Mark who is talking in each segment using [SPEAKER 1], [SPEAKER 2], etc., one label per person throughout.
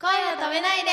[SPEAKER 1] 声を止めないで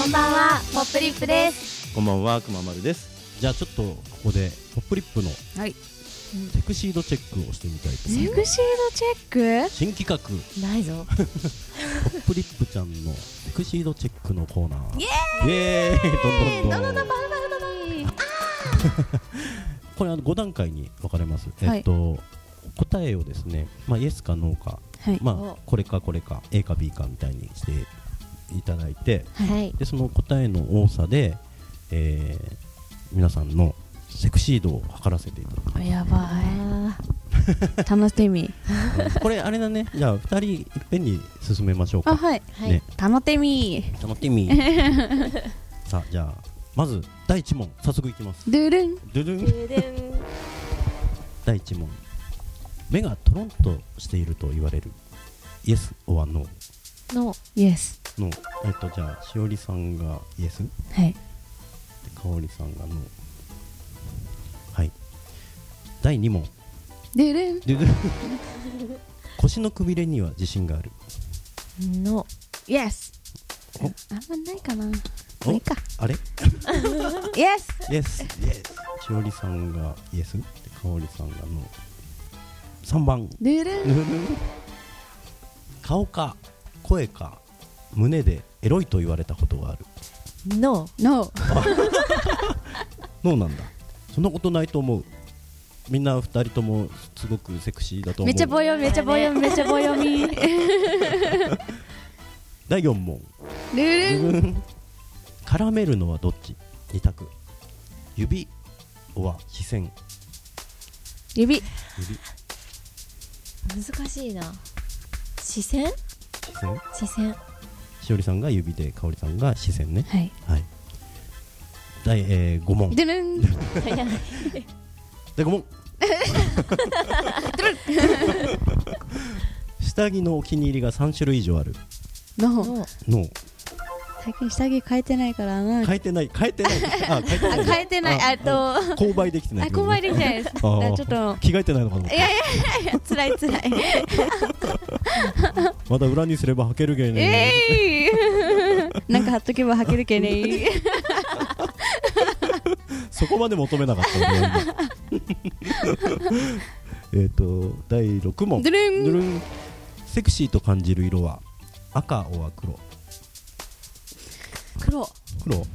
[SPEAKER 1] こんばんはポップリップです
[SPEAKER 2] こんばんは、くままるです。
[SPEAKER 3] じゃあちょっとここでポップリップの
[SPEAKER 4] はい
[SPEAKER 3] セクシードチェックをしてみたいと思い
[SPEAKER 4] セ
[SPEAKER 3] ます、
[SPEAKER 4] クシードチェッ
[SPEAKER 3] 新企画
[SPEAKER 4] クない ぞ
[SPEAKER 3] ポップリップちゃんのセクシードチェックのコーナーイエーイどんどんどんこれあの5段階に分かれます、
[SPEAKER 4] はい
[SPEAKER 3] えっと答えをですね、まあ、イエスかノーか、
[SPEAKER 4] はい
[SPEAKER 3] まあ、これかこれか A か B かみたいにしていただいて
[SPEAKER 4] はい
[SPEAKER 3] でその答えの多さで、えー皆さんのセクシー度を測らせていただきます
[SPEAKER 4] やばい楽しみ
[SPEAKER 3] これあれだねじゃあ2人いっぺんに進めましょう
[SPEAKER 4] あ
[SPEAKER 3] か
[SPEAKER 4] はい
[SPEAKER 1] はい
[SPEAKER 3] ね
[SPEAKER 4] 楽しみ
[SPEAKER 3] 楽し みさあじゃあまず第1問早速いきます
[SPEAKER 4] ドゥルン
[SPEAKER 3] ドゥルン第1問目がトロンとしていると言われるイエス or ノー
[SPEAKER 1] の
[SPEAKER 4] イエス
[SPEAKER 3] ノーえっとじゃあしおりさんがイエスで
[SPEAKER 4] はい
[SPEAKER 3] かおりさんがノーはい第2問
[SPEAKER 4] ドゥルン
[SPEAKER 3] ドゥド ゥン腰のくびれには自信がある
[SPEAKER 1] の
[SPEAKER 4] イエス
[SPEAKER 3] お
[SPEAKER 4] あんまないかな
[SPEAKER 3] お
[SPEAKER 4] いいか
[SPEAKER 3] あれ
[SPEAKER 4] イエス
[SPEAKER 3] イエス、イエス。しおりさんがイエス、でかおりさんがノー。三番。
[SPEAKER 4] ドゥルン
[SPEAKER 3] 顔か、声か、胸でエロいと言われたことがある。
[SPEAKER 1] の
[SPEAKER 4] ノー
[SPEAKER 3] ノーなんだ。そんなことないと思う。みんな二人ともすごくセクシーだと思う。
[SPEAKER 4] めっちゃ棒読みめっちゃ 棒読みめっちゃ棒読みル
[SPEAKER 3] 第四 問。
[SPEAKER 4] ルン
[SPEAKER 3] 絡めるのはどっち二択。指は視線。
[SPEAKER 4] 指
[SPEAKER 3] 指、
[SPEAKER 1] 難しいな視線
[SPEAKER 3] 視線。
[SPEAKER 1] 視線
[SPEAKER 3] しおりさんが指で、かおりさんが視線ね。
[SPEAKER 4] はい
[SPEAKER 3] はい。第、えー、5問。
[SPEAKER 4] ドゥルン
[SPEAKER 3] でごもん 下着のお気に入りが3種類以上ある
[SPEAKER 4] ノー
[SPEAKER 1] の
[SPEAKER 3] の
[SPEAKER 4] 最近下着変えてないからな
[SPEAKER 3] 変えてない変えて ないあ変えて
[SPEAKER 4] あ
[SPEAKER 3] ない
[SPEAKER 4] 変えてないあとあ
[SPEAKER 3] 購買できてない
[SPEAKER 4] 購買できて
[SPEAKER 3] い
[SPEAKER 4] ないですだ
[SPEAKER 3] あ
[SPEAKER 4] から
[SPEAKER 3] ー
[SPEAKER 4] ちょっと
[SPEAKER 3] 着替えてないのかと思っ
[SPEAKER 4] い
[SPEAKER 3] た
[SPEAKER 4] やいやいや辛い辛い
[SPEAKER 3] まだ裏にすれば履ける芸
[SPEAKER 4] え
[SPEAKER 3] ね
[SPEAKER 4] い なんか貼っとけば履けるけね
[SPEAKER 3] そこまで求めなかった俺は今 えっと第6問
[SPEAKER 4] ドゥルン
[SPEAKER 3] ドゥルンセクシーと感じる色は赤は黒
[SPEAKER 4] 黒
[SPEAKER 3] 黒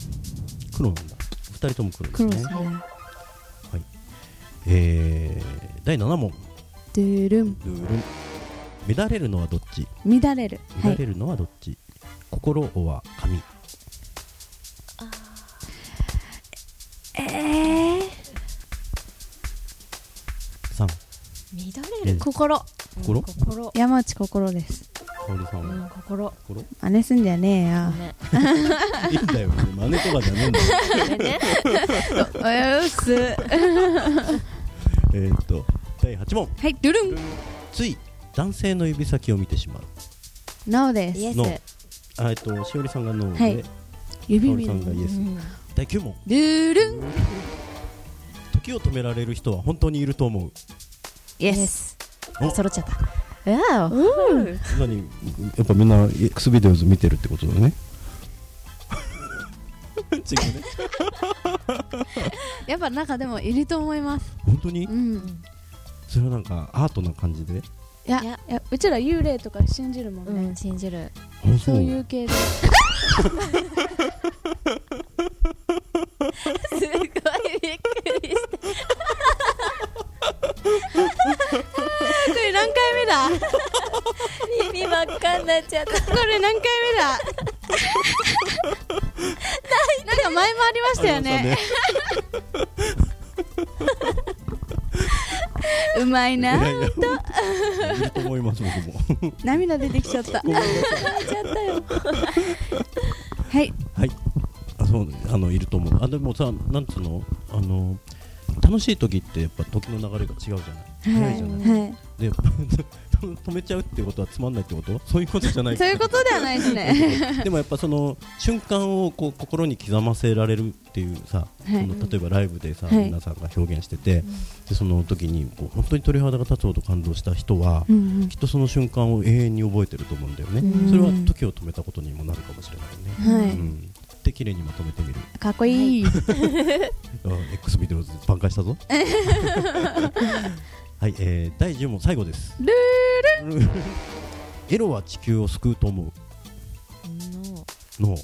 [SPEAKER 3] 黒なんだ2人とも黒です
[SPEAKER 4] 黒
[SPEAKER 3] ね
[SPEAKER 4] ですね
[SPEAKER 3] えー第7問
[SPEAKER 4] ドゥルン
[SPEAKER 3] 乱れるのはどっち
[SPEAKER 4] 乱れるは
[SPEAKER 3] 乱
[SPEAKER 4] い
[SPEAKER 3] れるのはどっち、心は髪
[SPEAKER 4] えー
[SPEAKER 3] さん
[SPEAKER 1] 乱
[SPEAKER 3] え
[SPEAKER 1] れ
[SPEAKER 3] ー
[SPEAKER 1] る
[SPEAKER 4] 心
[SPEAKER 3] 心か
[SPEAKER 1] 心
[SPEAKER 4] 山内心です
[SPEAKER 3] おりさん
[SPEAKER 1] う
[SPEAKER 3] は
[SPEAKER 1] ん心
[SPEAKER 3] 心い
[SPEAKER 4] 真似すんじゃねえよ
[SPEAKER 1] ね
[SPEAKER 3] いんだよ真似とかじゃねえん だよ
[SPEAKER 4] うっすは
[SPEAKER 3] えーっと第8問
[SPEAKER 4] いドゥルン
[SPEAKER 3] つい男性の指先を見てしまう
[SPEAKER 4] なおで
[SPEAKER 1] イ
[SPEAKER 4] す
[SPEAKER 1] エス
[SPEAKER 3] のあえーっとしおりさんがノーで、
[SPEAKER 4] はい
[SPEAKER 3] か
[SPEAKER 4] 指
[SPEAKER 3] おり
[SPEAKER 4] 見
[SPEAKER 3] さ
[SPEAKER 4] る
[SPEAKER 3] んがイエス、
[SPEAKER 1] うん
[SPEAKER 3] 第9問
[SPEAKER 4] ドゥルン
[SPEAKER 3] 時を止められる人は本当にいると思う
[SPEAKER 4] イエス
[SPEAKER 3] お
[SPEAKER 1] 揃っちゃったわおうん
[SPEAKER 3] 何やっぱみんな X ビデオズ見てるってことだ ね違うね
[SPEAKER 4] やっぱ中でもいると思います
[SPEAKER 3] 本当に
[SPEAKER 4] うん
[SPEAKER 3] それはなんかアートな感じで
[SPEAKER 4] いや
[SPEAKER 1] いや
[SPEAKER 4] いやうちら幽霊とか信じるもん
[SPEAKER 1] う
[SPEAKER 4] ね
[SPEAKER 1] ん信じる
[SPEAKER 3] あ
[SPEAKER 4] そういう系で
[SPEAKER 1] すごいびっくりした
[SPEAKER 4] これ何回目だ
[SPEAKER 1] 意味わかんなっちゃった
[SPEAKER 4] これ何回目だなんか前もありましたよね
[SPEAKER 3] ありま
[SPEAKER 4] うまいな。
[SPEAKER 3] いやいると思います僕も
[SPEAKER 4] 涙出てきちゃった。
[SPEAKER 3] ごめんなさ
[SPEAKER 1] ちゃったよ。
[SPEAKER 4] はい。
[SPEAKER 3] はいあそうねあのいると思うあでもさなんつうのあの楽しい時ってやっぱ時の流れが違うじゃないな
[SPEAKER 4] は
[SPEAKER 3] い
[SPEAKER 4] い。
[SPEAKER 3] じゃない
[SPEAKER 4] は。
[SPEAKER 3] で止めちゃうってことはつまんないってことそういうことじゃないい
[SPEAKER 4] そういうことではないですね。
[SPEAKER 3] でもやっぱその瞬間をこう心に刻ませられるっていうさ、
[SPEAKER 4] は
[SPEAKER 3] そ
[SPEAKER 4] い
[SPEAKER 3] の例えばライブでさ、
[SPEAKER 4] はい
[SPEAKER 3] 皆さんが表現してて、でその時にこう本当に鳥肌が立つほど感動した人は、
[SPEAKER 4] うん
[SPEAKER 3] きっとその瞬間を永遠に覚えてると思うんだよね、
[SPEAKER 1] うん
[SPEAKER 3] それは時を止めたことにもなるかもしれないね、
[SPEAKER 4] うんは
[SPEAKER 3] う
[SPEAKER 4] い。
[SPEAKER 3] ん、で綺麗にまとめてみる
[SPEAKER 4] かっこいい。
[SPEAKER 3] あ X ビデオズ挽回 したぞはい、えー、第10問最後です
[SPEAKER 4] ルール。
[SPEAKER 3] エロは地球を救うと思
[SPEAKER 1] の
[SPEAKER 3] うの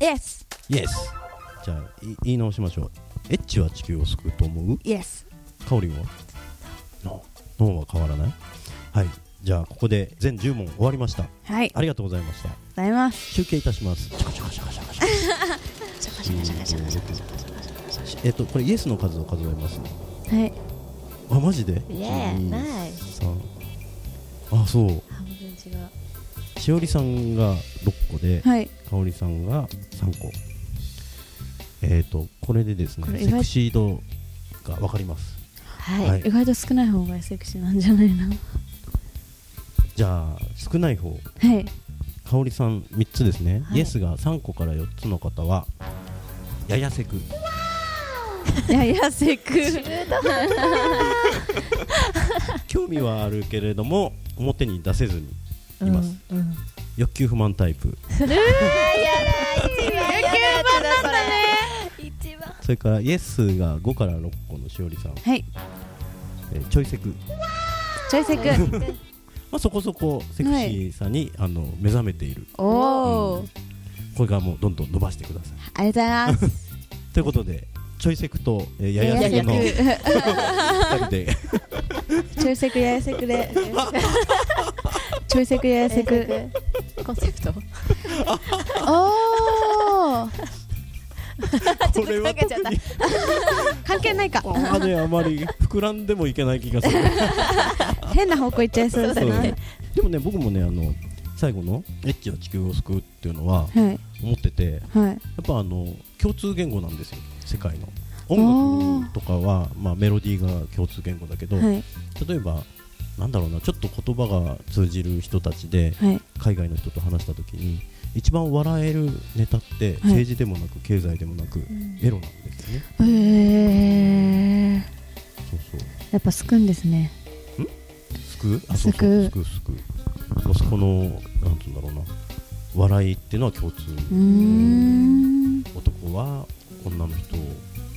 [SPEAKER 4] イエス。
[SPEAKER 3] イエスじゃあい言い直しましょうエッチは地球を救うと思う
[SPEAKER 4] イエス。
[SPEAKER 3] 香りはノーノーは変わらないはいじゃあここで全10問終わりました
[SPEAKER 4] はい。
[SPEAKER 3] ありがとうございました
[SPEAKER 4] ございます。
[SPEAKER 3] 集計いたしますシャカシャカシャカシャカシャカえっとこれイエスの数を数えます
[SPEAKER 4] はい。
[SPEAKER 3] あマジで
[SPEAKER 1] イエーイ
[SPEAKER 3] 1 2
[SPEAKER 1] ナイス
[SPEAKER 3] 3あそう
[SPEAKER 1] 半分違う。
[SPEAKER 3] しおりさんが6個で、
[SPEAKER 4] はい。
[SPEAKER 3] かおりさんが3個えっ、ー、とこれでです
[SPEAKER 4] こ
[SPEAKER 3] ね
[SPEAKER 4] れ
[SPEAKER 3] セクシー度が分かります
[SPEAKER 1] はい。
[SPEAKER 3] はい
[SPEAKER 4] 意外と少ない方がセクシーなんじゃないの。
[SPEAKER 3] じゃあ少ない方
[SPEAKER 4] はい。
[SPEAKER 3] 香織さん3つですね、
[SPEAKER 1] はい
[SPEAKER 3] イエスが3個から4つの方はややせく
[SPEAKER 4] いやいやセク。
[SPEAKER 3] 興味はあるけれども表に出せずにいます、
[SPEAKER 1] うん。うん
[SPEAKER 3] 欲求不満タイプ
[SPEAKER 1] 一番。
[SPEAKER 3] それからイエスが5から6個のしおりさん、
[SPEAKER 4] はい。
[SPEAKER 3] えーちょいせく、ま
[SPEAKER 4] ちょいセク。
[SPEAKER 3] あ、そこそこセクシーさに、あの目覚めている
[SPEAKER 4] お
[SPEAKER 3] う
[SPEAKER 4] お
[SPEAKER 3] ん。これからもうどんどん伸ばしてください
[SPEAKER 4] ありがとうございます。
[SPEAKER 3] ということでちょいせくと、えー、
[SPEAKER 4] や
[SPEAKER 3] ややせくの
[SPEAKER 1] やや
[SPEAKER 3] 2人で
[SPEAKER 4] ちょいセクややセクで。ちょいセクややセク。
[SPEAKER 1] コンセプト。
[SPEAKER 4] おお。
[SPEAKER 3] これは
[SPEAKER 1] 考えちゃ
[SPEAKER 3] 特
[SPEAKER 1] った
[SPEAKER 3] に
[SPEAKER 4] 関係ないか。
[SPEAKER 3] ここまであまり膨らんでもいけない気がする
[SPEAKER 4] 変な方向行っちゃいそうだ
[SPEAKER 3] そう
[SPEAKER 4] な。は。
[SPEAKER 3] ねでもね僕もねあの最後の「エッチは地球を救う」っていうのはい思っててや
[SPEAKER 4] はい。
[SPEAKER 3] っぱあの共通言語なんですよ世界の音楽とかは、まあ、メロディーが共通言語だけど、
[SPEAKER 4] はい。
[SPEAKER 3] 例えばなんだろうなちょっと言葉が通じる人たちで
[SPEAKER 4] はい。
[SPEAKER 3] 海外の人と話した時に一番笑えるネタって政治でもなく経済でもなくエロなんですよね、
[SPEAKER 4] えー。
[SPEAKER 3] そうそう
[SPEAKER 4] やっぱすくんですね。
[SPEAKER 3] 救うあそうそう
[SPEAKER 4] 救う
[SPEAKER 3] 救う救うまあそこのなんつうんだろうな笑いっていうのは共通、
[SPEAKER 4] うーん。
[SPEAKER 3] 男は女の人を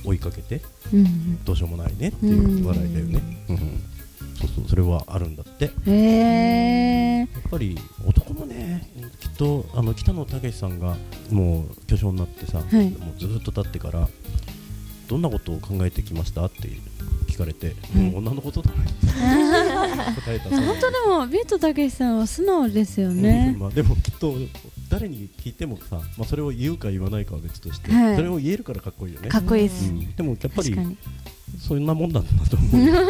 [SPEAKER 3] 追いかけて
[SPEAKER 4] うん。
[SPEAKER 3] どうしようもないねっていう笑いだよね、うんそうそうそれはあるんだってや
[SPEAKER 4] えー。
[SPEAKER 3] っぱり男もねきっとあの北野武さんがもう巨匠になってさ、
[SPEAKER 4] はい
[SPEAKER 3] もうずっと経ってからどんなことを考えてきましたって聞かれて、
[SPEAKER 4] うん
[SPEAKER 3] うん女のことだねって 答えたそう
[SPEAKER 4] 本当でもビートたけしさんは素直ですよ
[SPEAKER 3] う
[SPEAKER 4] ね
[SPEAKER 3] ん。まあ、でもきっと誰に聞いてもさ、まあ、それを言うか言わないかは別として、
[SPEAKER 4] はい
[SPEAKER 3] それを言えるからかっこいいよね
[SPEAKER 4] かっこいいで
[SPEAKER 3] う
[SPEAKER 4] す。
[SPEAKER 3] ん、でもやっぱ
[SPEAKER 4] 確
[SPEAKER 3] り
[SPEAKER 4] かに。
[SPEAKER 3] そんなもんなんだなと 思う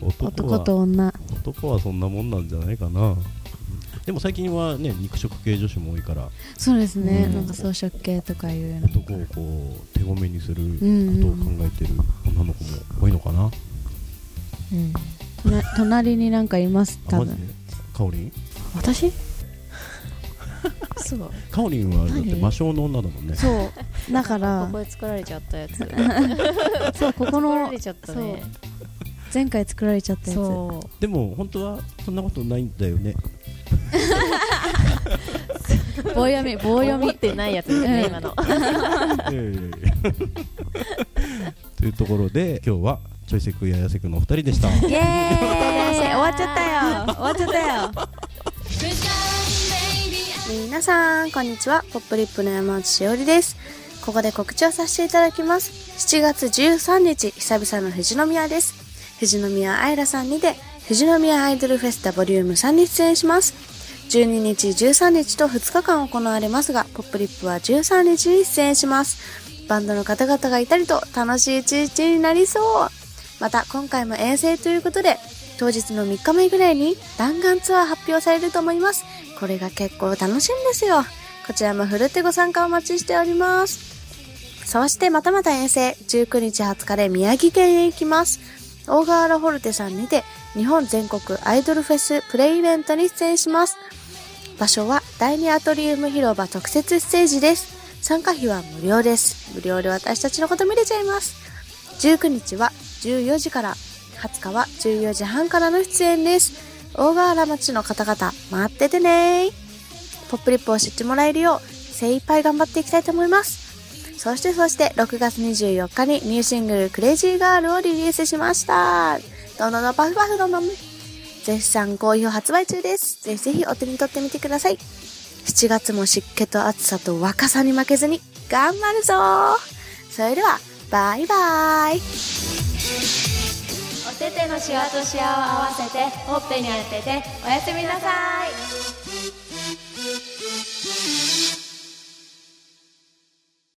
[SPEAKER 3] 男は
[SPEAKER 4] 男と女。
[SPEAKER 3] 男はそんなもんなんじゃないかなでも最近はね肉食系女子も多いから
[SPEAKER 4] そうですね。
[SPEAKER 3] うん
[SPEAKER 4] なんか装飾系とかいうような。
[SPEAKER 3] 男をこう手ごめにするこ
[SPEAKER 4] う
[SPEAKER 3] とを考
[SPEAKER 4] ん。
[SPEAKER 3] えてる女の子も多いのかな、
[SPEAKER 1] うん。
[SPEAKER 4] な隣になんかいます
[SPEAKER 3] あ
[SPEAKER 4] 多
[SPEAKER 3] マジで
[SPEAKER 4] 分。
[SPEAKER 3] かおりん
[SPEAKER 1] 私？そう。
[SPEAKER 3] かおりんはだって
[SPEAKER 1] 何
[SPEAKER 3] 魔性の女だもんね
[SPEAKER 4] そう。だか
[SPEAKER 1] こ
[SPEAKER 4] ら
[SPEAKER 1] こで作られちゃったやつ。
[SPEAKER 4] そうここ
[SPEAKER 1] 作ら
[SPEAKER 4] の
[SPEAKER 1] れちゃったね。
[SPEAKER 4] 前回作られちゃったやつ。
[SPEAKER 1] そう。
[SPEAKER 3] でも本当はそんなことないんだよね
[SPEAKER 4] 棒読み棒読
[SPEAKER 1] 思っ
[SPEAKER 4] み。
[SPEAKER 1] てないやつです
[SPEAKER 4] う
[SPEAKER 1] ね
[SPEAKER 4] ん
[SPEAKER 1] 今の。
[SPEAKER 3] い やいやいやというところで今日はチョイセクやヤセクのお二人でした。
[SPEAKER 4] イエーイ終わっちゃったよ終わっちゃったよ
[SPEAKER 5] 皆さんこんにちはポップリップの山内しおりですここで告知をさせていただきます7月13日久々の富士宮です富士宮アイラさんにて富士宮アイドルフェスタボリューム3に出演します12日13日と2日間行われますがポップリップは13日に出演しますバンドの方々がいたりと楽しい一日になりそう
[SPEAKER 4] また今回も遠征ということで、当日の3日目ぐらいに弾丸ツアー発表されると思います。これが結構楽しいんですよ。こちらもふるってご参加お待ちしております。そしてまたまた遠征、19日20日で宮城県へ行きます。大河原ホルテさんにて日本全国アイドルフェスプレイイベントに出演します。場所は第2アトリウム広場特設ステージです。参加費は無料です。無料で私たちのこと見れちゃいます。19日は14時から、20日は14時半からの出演です。大河原町の方々、待っててねー。ポップリップを知ってもらえるよう、精一杯頑張っていきたいと思います。そしてそして、6月24日にニューシングル、クレイジーガールをリリースしました。どんどんどんパフパフどんどん。絶賛好評発売中です。ぜひぜひお手に取ってみてください。7月も湿気と暑さと若さに負けずに頑張るぞーそれでは、バイバイ
[SPEAKER 6] おててのシワとシワを合わせてほっぺに当てておやすみなさい